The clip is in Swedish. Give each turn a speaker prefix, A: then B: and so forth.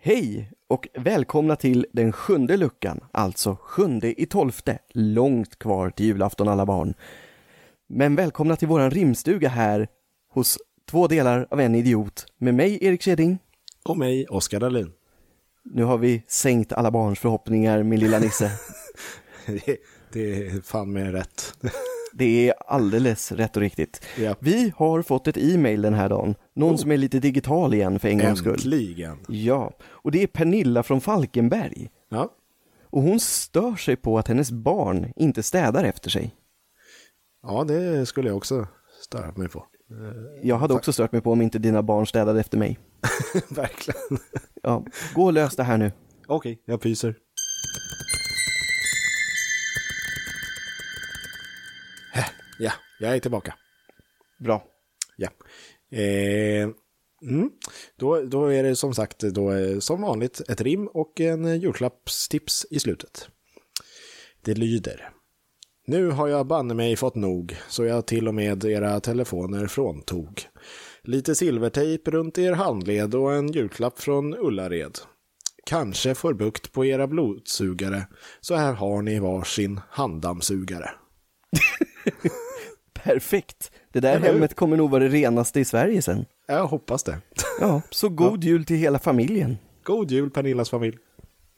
A: Hej och välkomna till den sjunde luckan, alltså sjunde i tolfte, långt kvar till julafton alla barn. Men välkomna till våran rimstuga här hos två delar av en idiot med mig Erik Keding.
B: Och mig, Oskar Dahlin.
A: Nu har vi sänkt alla barns förhoppningar min lilla Nisse.
B: Det- Det är fan mer rätt.
A: Det är alldeles rätt och riktigt.
B: Ja. Oh.
A: Vi har fått ett e-mail den här dagen, någon som är lite digital igen för en gångs skull.
B: Äntligen.
A: Ja, och det är Pernilla från Falkenberg.
B: Ja.
A: Och hon stör sig på att hennes barn inte städar efter sig.
B: ja, det skulle jag också störa mig på.
A: Jag hade också stört mig på om inte dina barn städade efter mig.
B: Verkligen.
A: Ja, gå och lös det här nu.
B: Okej, jag pyser. Hä, Ja, jag är tillbaka.
A: Bra.
B: Ja. Eh, mm. då, då är det som sagt då, eh, som vanligt ett rim och en eh, julklappstips i slutet. Det lyder. Nu har jag banne mig fått nog, så jag till och med era telefoner fråntog. Lite silvertejp runt er handled och en julklapp från Ullared. Kanske får bukt på era blodsugare, så här har ni varsin handdammsugare.
A: Perfekt. Det där
B: Eller hur?
A: hemmet kommer nog vara det renaste i Sverige sen.
B: Jag hoppas det.
A: Ja, så god jul till hela familjen.
B: God jul Pernillas familj.